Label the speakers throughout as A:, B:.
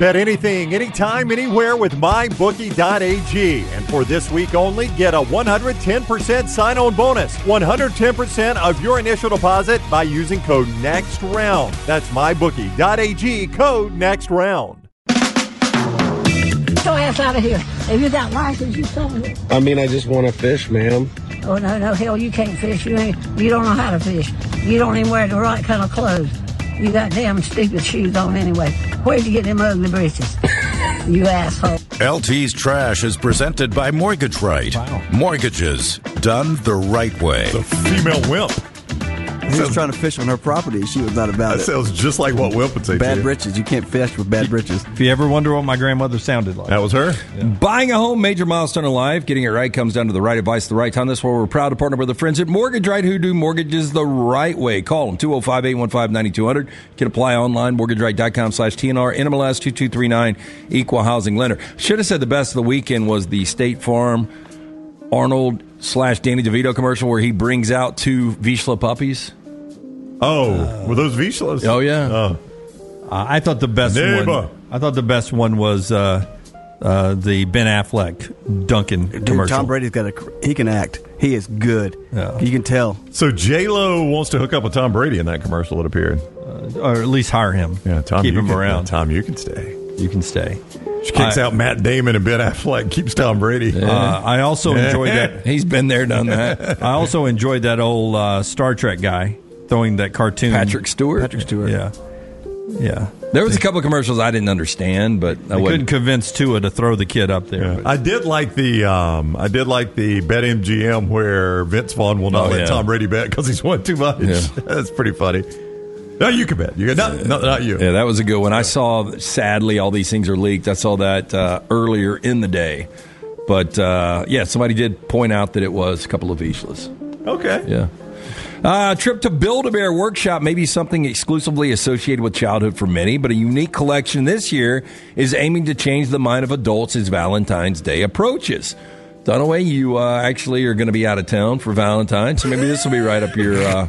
A: Bet anything, anytime, anywhere with mybookie.ag. And for this week only, get a 110% sign on bonus. 110% of your initial deposit by using code NEXTROUND. That's mybookie.ag, code NEXTROUND.
B: Get your ass out of here. If you got license, you sold it.
C: I mean, I just want to fish, ma'am.
B: Oh, no, no, hell, you can't fish. You ain't, you don't know how to fish. You don't even wear the right kind of clothes. You got damn stupid shoes on anyway. Where'd you get them ugly breeches? you asshole.
D: LT's Trash is presented by Mortgage Right. Mortgages done the right way.
A: Female wimp.
E: He was trying to fish on her property. She was not about
F: That
E: it.
F: sounds just like what Wimp would say.
E: Bad
F: to you.
E: britches. You can't fish with bad britches.
G: If you ever wonder what my grandmother sounded like.
F: That was her.
G: Buying a home, major milestone in life. Getting it right comes down to the right advice, at the right time. That's why we're proud to partner with our friends at Mortgage Right who do mortgages the right way. Call them 205 815 9200. You can apply online, mortgageright.com slash TNR, NMLS 2239, equal housing lender. Should have said the best of the weekend was the State Farm Arnold slash Danny DeVito commercial where he brings out two Vizsla puppies.
F: Oh, were those Vizslas?
G: oh, yeah.
F: Oh.
H: Uh, I thought the best
F: Neighbor.
H: one. I thought the best one was uh, uh, the Ben Affleck Duncan
E: Dude,
H: commercial.
E: Tom Brady's got a. cr- He can act. He is good.
H: Yeah.
E: You can tell.
F: So J Lo wants to hook up with Tom Brady in that commercial. It appeared.
H: or at least hire him.
F: Yeah, Tom.
H: keep
F: you
H: him
F: can-
H: around.
F: Tom, you can stay.
H: You can stay.
F: She kicks
H: I-
F: out Matt Damon and Ben Affleck. Keeps Tom Brady.
H: Uh, I also enjoyed that.
G: He's been there, done that.
H: I also enjoyed that old uh, Star Trek guy throwing that cartoon.
G: Patrick Stewart.
E: Patrick Stewart.
H: Yeah, yeah.
G: There was a couple of commercials I didn't understand, but I
H: I couldn't
G: wasn't.
H: convince Tua to throw the kid up there.
F: Yeah. I did like the um, I did like the BetMGM where Vince Vaughn will not
G: Oh,
F: let
G: yeah.
F: Tom Brady bet because he's won too much.
G: Yeah.
F: That's pretty funny. No, you can bet. You can, not, not, not you.
G: Yeah, that was a good one. I saw, sadly, all these things are leaked. I saw that uh, earlier in the day. But uh, yeah, somebody did point out that it was a couple of Islas.
F: Okay.
G: Yeah. Uh, trip to Build a Bear Workshop may be something exclusively associated with childhood for many, but a unique collection this year is aiming to change the mind of adults as Valentine's Day approaches. Dunaway, you uh, actually are going to be out of town for Valentine's, so maybe this will be right up your. Uh,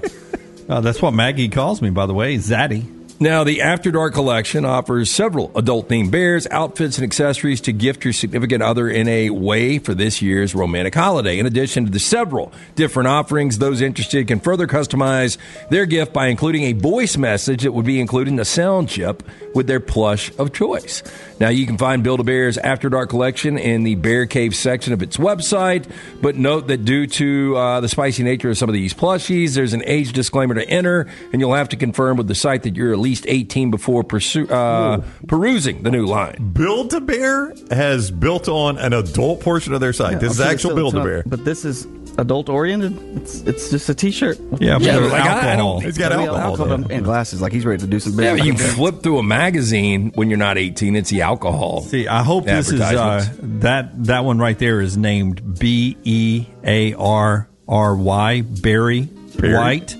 H: Uh, that's what Maggie calls me, by the way, Zaddy.
G: Now, the After Dark collection offers several adult themed bears, outfits, and accessories to gift your significant other in a way for this year's romantic holiday. In addition to the several different offerings, those interested can further customize their gift by including a voice message that would be included in the sound chip with their plush of choice. Now, you can find Build a Bear's After Dark collection in the Bear Cave section of its website, but note that due to uh, the spicy nature of some of these plushies, there's an age disclaimer to enter, and you'll have to confirm with the site that you're at least 18 before pursu- uh, perusing the new line.
F: Build a Bear has built on an adult portion of their site. this is
I: Okay,
F: actual
I: so it's
F: Build a
I: not-
F: Bear.
I: But this is adult oriented. It's it's just a T-shirt.
H: Yeah, but there's
G: like, I- I
H: alcohol.
F: It's got
I: Real
F: alcohol.
I: alcohol.
F: in it.
E: And glasses. Like he's ready to do some
G: Yeah,
E: business.
G: you flip through a magazine when you're not 18, it's the alcohol.
H: See, I hope this is uh,
G: Advertisements.
H: that that one right there is named B E A R R Y Barry White,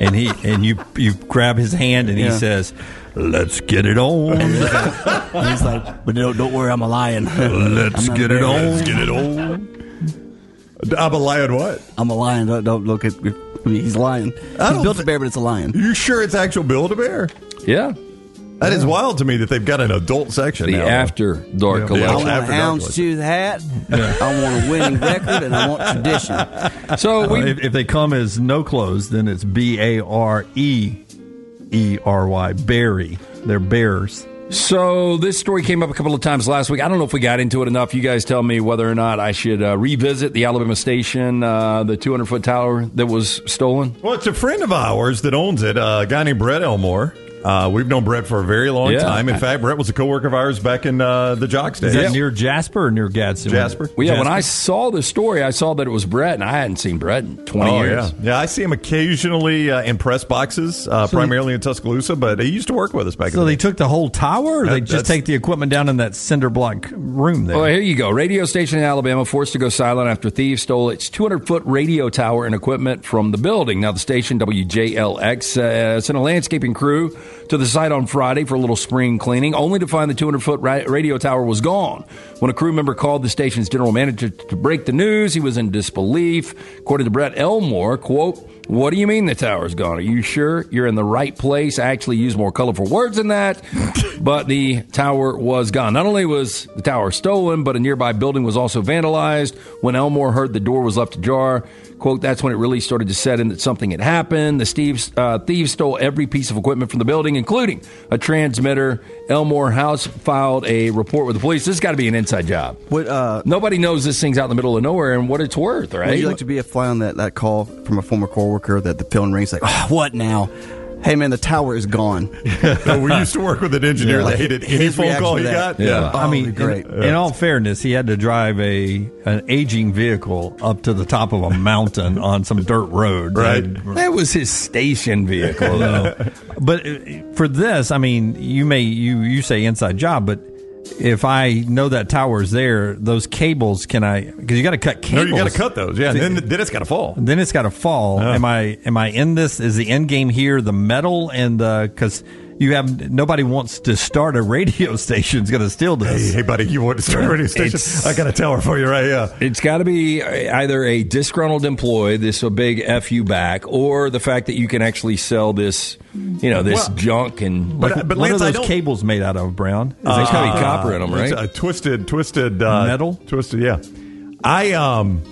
H: and he and you you grab his hand and he
E: Yeah.
H: says, "Let's get it on,
E: He's like, but don't, don't worry, I'm a lion.
H: let's get it on."
F: Get it on. I'm a lion. What?
E: I'm a lion. Don't, don't look at. I mean, he's lying.
F: I
E: He's
F: don't
E: built a
F: thi-
E: bear, but it's a lion.
F: You sure it's actual Build a Bear?
G: Yeah.
F: That is wild to me that they've got an adult section.
G: The
F: now.
H: uh,
G: After Dark
E: I
G: collection.
E: want a
F: Africa.
E: hound's tooth hat. I want a winning record, and I want tradition.
G: So
H: Uh,
G: we
H: if, if they come as no clothes, then it's B A R E E R Y Barry. They're bears.
G: So this story came up a couple of times last week. I don't know if we got into it enough. You guys tell me whether or not I should uh, revisit the Alabama Station, uh, the 200 foot tower that was stolen.
F: Well, it's a friend of ours that owns it, uh, a guy named Brett Elmore. Uh, we've known Brett for a very long
G: Yeah.
F: time. In fact, Brett was a coworker of ours back in uh, the Jocks days.
H: Is that near Jasper or near Gadsden?
F: Jasper.
G: Well, yeah, when
H: Jasper.
G: I saw the story, I saw that it was Brett, and I hadn't seen Brett in 20
F: Oh
G: years.
F: yeah, yeah. I see him occasionally uh, in press boxes, uh, primarily in Tuscaloosa, but he used to work with us back.
H: So
F: in
H: they
F: the day.
H: took the whole tower, or
F: That-
H: they just
F: that's-
H: take the equipment down in that cinder block room there?
G: Well, here you go. Radio station in Alabama forced to go silent after thieves stole its 200 foot radio tower and equipment from the building. Now, the station, WJLX, uh, sent a landscaping crew to the site on Friday for a little spring cleaning, only to find the 200 foot ra- radio tower was gone. When a crew member called the station's general manager to break the news, he was in disbelief. According to Brett Elmore, quote, What do you mean the tower's gone? Are you sure you're in the right place? I actually use more colorful words than that. but the tower was gone. Not only was the tower stolen, but a nearby building was also vandalized. When Elmore heard the door was left ajar, quote, that's when it really started to set in that something had happened. The thieves, uh, thieves stole every piece of equipment from the building, including a transmitter. Elmore House filed a report with the police. This has got to be an inside job.
I: Would uh,
G: Nobody knows this thing's out in the middle of nowhere and what it's worth, right?
I: would you like to be a fly on that, that call from a former coworker that the phone rings like, "Ah, what now? Hey man, the tower is gone.
F: So we used to work with an engineer that hated any
I: His
F: phone
I: reaction
F: call
I: to
F: he
I: that.
F: got.
G: Yeah.
I: Oh,
H: I mean,
I: great.
H: In, in all fairness, he had to drive a an aging vehicle up to the top of a mountain on some dirt road.
F: Right.
G: That was his station vehicle, though.
H: But uh, for this, I mean, you may you you say inside job, but if I know that tower's there, those cables can I because you got to cut
F: No,
H: cables.
F: you got to cut those. Yeah, and then, Uh-huh. then it's got to fall.
H: Then it's got to fall. Am I am I in this? Is the end game here the metal and the because you have nobody wants to start a radio station's going to steal
F: Hey,
H: this.
F: hey, buddy, you want to start a radio station?
G: It's-
F: I got a tower for you right here.
G: It's got to be either a disgruntled employee, this a big fu back, or the fact that you can actually sell this, you know, this
F: Well,
G: junk and
F: But, but
H: what
F: Lance,
H: are
F: I
H: those
F: don't.
H: cables made out of, Brown? Is
G: there's
H: it
G: got to be
H: copper?
G: copper in them,
F: It's
G: right?
F: a twisted, twisted uh,
H: Metal?
F: Twisted, yeah. I um.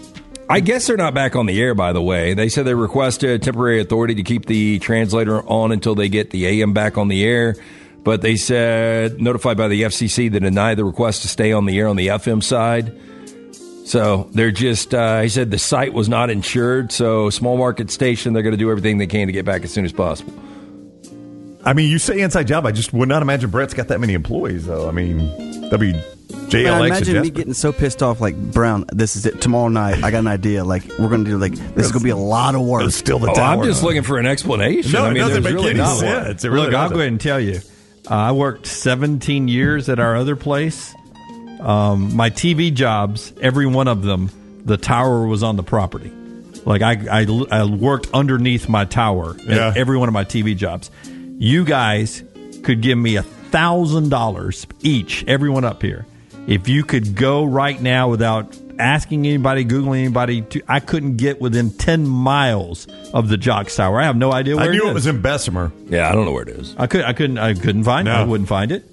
G: I guess they're not back on the air. By the way, they said they requested temporary authority to keep the translator on until they get the AM back on the air. But they said notified by the FCC that denied the request to stay on the air on the FM side. So they're just, uh, he said the site was not insured. So, small market station, they're going to do everything they can to get back as soon as possible.
F: I mean, you say inside job. I just would not imagine Brett's got that many employees, though. I mean, that'd be
I: Man,
F: JLX. and
I: imagine me
F: Jasper.
I: getting so pissed off, like Brown. This is it. Tomorrow night, I got an idea. Like we're gonna do like this is gonna be a lot of work.
F: It's still the
G: Oh,
F: tower.
G: I'm just looking for an explanation.
F: No,
G: I
F: it
G: mean,
F: doesn't
G: there's
F: make
G: really
F: any
G: not
F: sense.
G: one.
F: It's- it really
H: Look, I'll go
F: doesn't.
H: ahead and tell you. Uh, I worked 17 years at our other place. Um, my TV jobs, every one of them, the tower was on the property. Like I, I, I worked underneath my tower at
F: Yeah.
H: every one of my TV jobs. You guys could give me a thousand dollars each, everyone up here, if you could go right now without asking anybody, googling anybody. To, I couldn't get within 10 miles of the Jock Tower. I have no idea where
F: I knew
H: is.
F: it was in Bessemer.
G: Yeah, I don't know where it is.
H: I could I couldn't I couldn't find it.
F: No.
H: I wouldn't find it.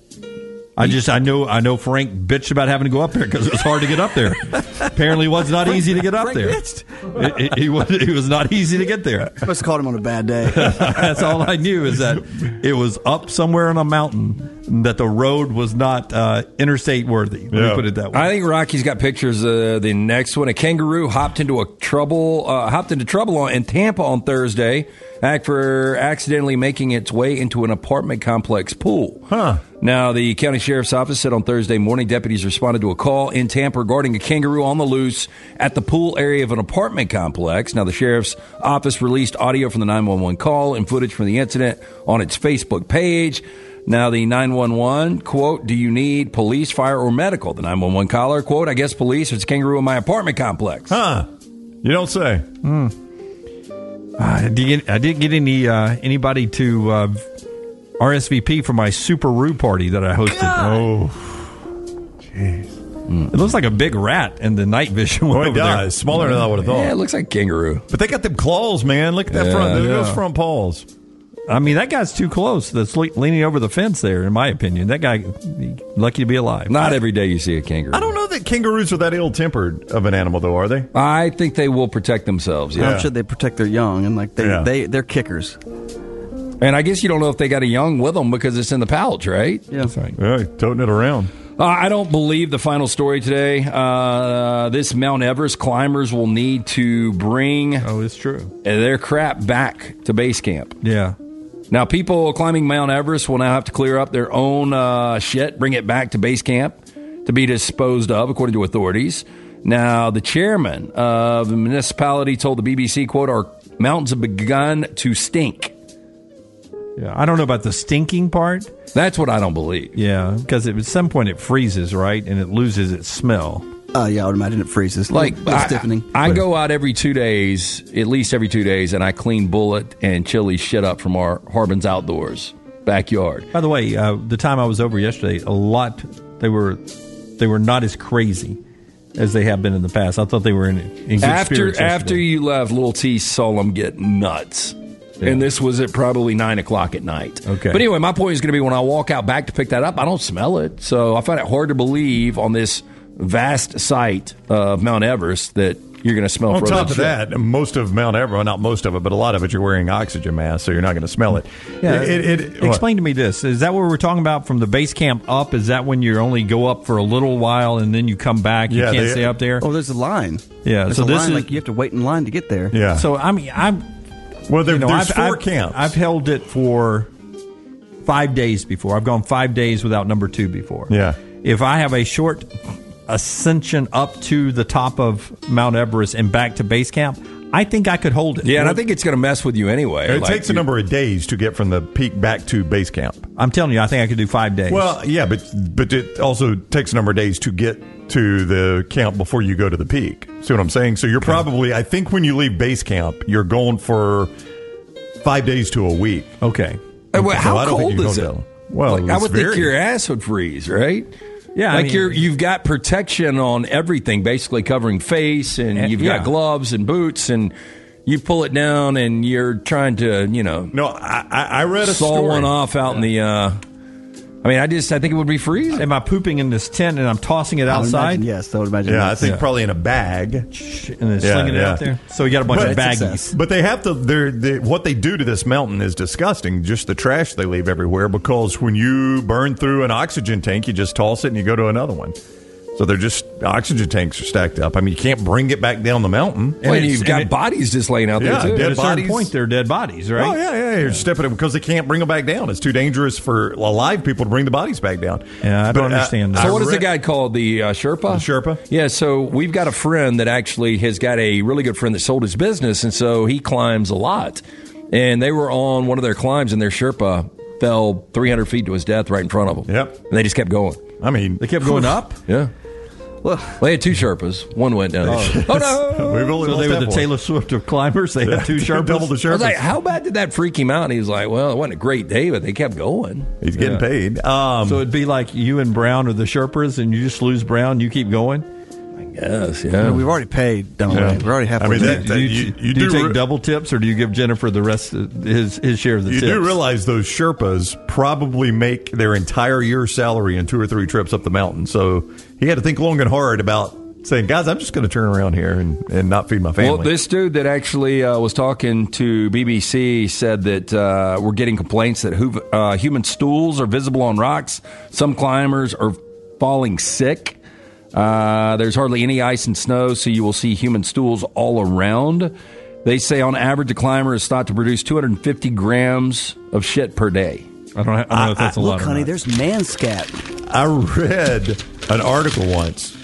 H: I just I know I know Frank bitched about having to go up there because it was hard to get up there. Apparently, it was not easy to get up
I: Frank
H: there.
I: bitched.
H: It, it- he was it was not easy to get there.
I: I must have called him on a bad day.
H: That's all I knew is that it was up somewhere on a mountain that the road was not uh, interstate worthy. Let
F: Yeah.
H: me put it that way.
G: I think Rocky's got pictures of the next one. A kangaroo hopped into a trouble, uh, hopped into trouble on, in Tampa on Thursday act for accidentally making its way into an apartment complex pool.
F: Huh.
G: Now, the county sheriff's office said on Thursday morning deputies responded to a call in Tampa regarding a kangaroo on the loose at the pool area of an apartment complex. Now, the sheriff's office released audio from the 911 call and footage from the incident on its Facebook page. Now, the 911 quote, Do you need police, fire, or medical? The 911 caller quote, I guess police, it's a kangaroo in my apartment complex.
F: Huh. You don't say.
H: Hmm. I didn't, I didn't Uh, get any uh, anybody to uh, RSVP for my Super Roo party that I hosted. Oh, jeez! It looks like a big rat in the night vision one
F: Oh, it
H: over there.
F: does. Smaller than I would have thought.
G: Yeah, it looks like kangaroo.
F: But they got them claws, man. Look at that
G: Yeah,
F: front. Look at
G: yeah.
F: those front paws.
H: I mean, that guy's too close. That's le- leaning over the fence there, in my opinion. That guy, lucky to be alive.
G: Not every day you see a kangaroo.
F: I don't know that kangaroos are that ill-tempered of an animal, though, are they?
G: I think they will protect themselves. Yeah.
F: Yeah.
I: How should they protect their young? And like they
F: Yeah.
I: they they're kickers.
G: And I guess you don't know if they got a young with them because it's in the pouch, right?
I: Yeah.
F: Yeah, toting it around.
G: Uh, I don't believe the final story today. Uh, this Mount Everest climbers will need to bring
H: Oh, it's true.
G: their crap back to base camp.
H: Yeah.
G: Now, people climbing Mount Everest will now have to clear up their own uh, shit, bring it back to base camp to be disposed of, according to authorities. Now, the chairman of the municipality told the BBC, "quote Our mountains have begun to stink."
H: Yeah. I don't know about the stinking part.
G: That's what I don't believe.
H: Yeah, because at some point it freezes, right, and it loses its smell.
I: Uh, yeah, I would imagine it freezes.
G: Like
I: Little
G: I-
I: stiffening.
G: I, go out every two days, at least every two days, and I clean bullet and chili shit up from our Harbin's outdoors backyard.
H: By the way, uh, the time I was over yesterday, a lot they were they were not as crazy as they have been in the past. I thought they were in, in good
G: after
H: spirits
G: after
H: yesterday.
G: you left, Little T saw them get nuts. And this was at probably nine o'clock at night.
H: Okay.
G: But anyway, my point is going to be when I walk out back to pick that up, I don't smell it. So I find it hard to believe on this vast site of Mount Everest that you're going to smell
F: On
G: frozen
F: top of
G: shit.
F: that, most of Mount Everest, well, not most of it, but a lot of it, you're wearing oxygen mask, so you're not going to smell it.
H: Yeah,
F: It- it- it- what?
H: explain to me this. Is that what we're talking about from the base camp up? Is that when you only go up for a little while and then you come back? You
F: Yeah,
H: can't
F: they-
H: stay up there.
I: Oh, there's a line.
H: Yeah,
I: There's
H: so
I: a
H: this
I: line,
H: is-
I: like you have to wait in line to get there.
F: Yeah.
H: So I mean, I'm
F: well, there,
H: you know,
F: there's
H: I've,
F: 4
H: I've-
F: camps.
H: I've held it for five days before. I've gone five days without number two before.
F: Yeah.
H: If I have a short ascension up to the top of Mount Everest and back to base camp, I think I could hold it.
G: Yeah, and I think it's going to mess with you anyway.
F: it
G: Like,
F: takes a
G: you-
F: number of days to get from the peak back to base camp.
H: I'm telling you, I think I could do five days.
F: Well, yeah, but but it also takes a number of days to get to the camp before you go to the peak. See what I'm saying? So you're probably, I think, when you leave base camp, you're going for five days to a week.
H: okay.
G: Uh, well,
F: So I
G: how
F: don't think
G: cold
F: you
G: is
F: go
G: it?
F: down. Well,
G: Like, I
F: it's
G: would
F: very-
G: think your ass would freeze, right?
H: Oh, Yeah, I
G: like
H: mean-
G: you're you've got protection on everything, basically covering face, and
H: Eh,
G: you've
H: yeah.
G: got gloves and boots, and you pull it down, and you're trying to, you know,
F: No, I, I I read a
G: saw
F: story.
G: one off out in the. uh I mean, I just I think it would be freezing.
H: Am I pooping in this tent and I'm tossing it
I: I would
H: outside?
I: Imagine, yes, I would imagine.
F: Yeah, I
I: that's-
F: think probably in a bag.
H: And then
F: Yeah,
H: slinging it
F: yeah.
H: out there. So you got a bunch
F: But-
H: of
F: That's
H: baggies.
F: But they have to. They're, they, what they do to this mountain is disgusting. Just the trash they leave everywhere. Because when you burn through an oxygen tank, you just toss it and you go to another one. So they're just oxygen tanks are stacked up. I mean, you can't bring it back down the mountain. And
G: Well, and
F: it's-
G: you've got
F: and it-
G: bodies just laying out
F: Yeah,
G: there too.
F: dead
H: At a certain
F: bodies.
H: point, they're dead bodies, right?
F: Oh yeah, yeah, you're stepping it because they can't bring them back down. It's too dangerous for alive people to bring the bodies back down. uh,
H: Yeah, I don't understand that.
G: So what is
F: read-
G: the guy called? The uh, Sherpa.
F: The Sherpa?
G: Yeah. So we've got a friend that actually has got a really good friend that sold his business, and so he climbs a lot. And they were on one of their climbs, and their Sherpa fell 300 feet to his death right in front of him.
F: Yep.
G: And they just kept going.
F: I mean,
H: They kept going up.
G: Yeah. Well, they had two Sherpas. One went down. Oh, no.
F: We've only
H: So
F: lost
H: they were
F: that
H: the
F: one.
H: Taylor Swift of climbers. They had two sharp
F: double the
G: I
F: Sherpas.
G: was like, how bad did that freak him out? And he was like, well, it wasn't a great day, but they kept going.
F: He's getting
H: Yeah.
F: paid. Um,
H: So it'd be like you and Brown are the Sherpas, and you just lose Brown. You keep going.
G: Yes,
I: I mean,
G: yeah.
I: we've already paid. Don't
F: Yeah.
I: we? We're already halfway.
F: I mean,
I: there.
F: that-
H: Do you,
F: you- you
H: do you
F: do
H: take
F: re-
H: double tips, or do you give Jennifer the rest of his his share of the
F: You
H: tips?
F: do realize those Sherpas probably make their entire year's salary in two or three trips up the mountain. So he had to think long and hard about saying, guys, I'm just going to turn around here and, and not feed my family.
G: Well, this dude that actually uh, was talking to BBC said that uh, we're getting complaints that hoof, uh, human stools are visible on rocks. Some climbers are falling sick. Uh, there's hardly any ice and snow, so you will see human stools all around. They say on average, a climber is thought to produce 250 grams of shit per day.
H: I don't, I don't know if that's a lot.
I: Look,
H: or
I: honey,
H: not.
I: there's man scat.
F: I read an article once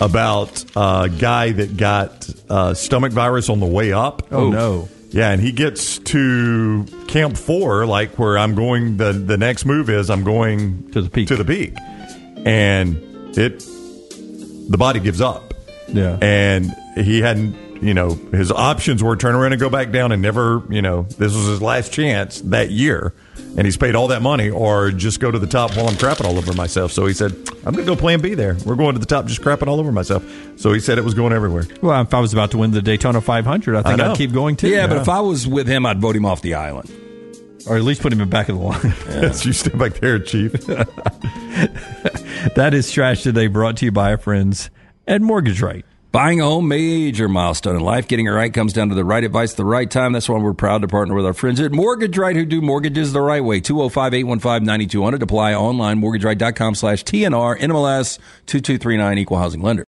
F: about a guy that got uh, stomach virus on the way up.
H: Oh, no.
F: Yeah, and he gets to camp four, like where I'm going. the The next move is I'm going
H: To the peak.
F: To the peak, and it the body gives up.
H: Yeah.
F: and he hadn't. You know, his options were turn around and go back down and never. You know, this was his last chance that year, and he's paid all that money, or just go to the top while I'm crapping all over myself. So he said, "I'm going to go Plan B. There, we're going to the top, just crapping all over myself." So he said it was going everywhere.
H: Well, if I was about to win the Daytona 500, I think
F: I
H: I
F: know.
H: would keep going too.
G: Yeah, but if I was with him, I'd vote him off the island.
H: or at least put him in back of the line.
F: Yes, you stay back there, Chief.
H: that is trash today. Brought to you by our friends at Mortgage Right.
G: Buying a home, major milestone in life. Getting it right comes down to the right advice at the right time. That's why we're proud to partner with our friends at Mortgage Right who do mortgages the right way. 205-815-9200. Apply online, mortgageright.com slash TNR, NMLS 2239, equal housing lender.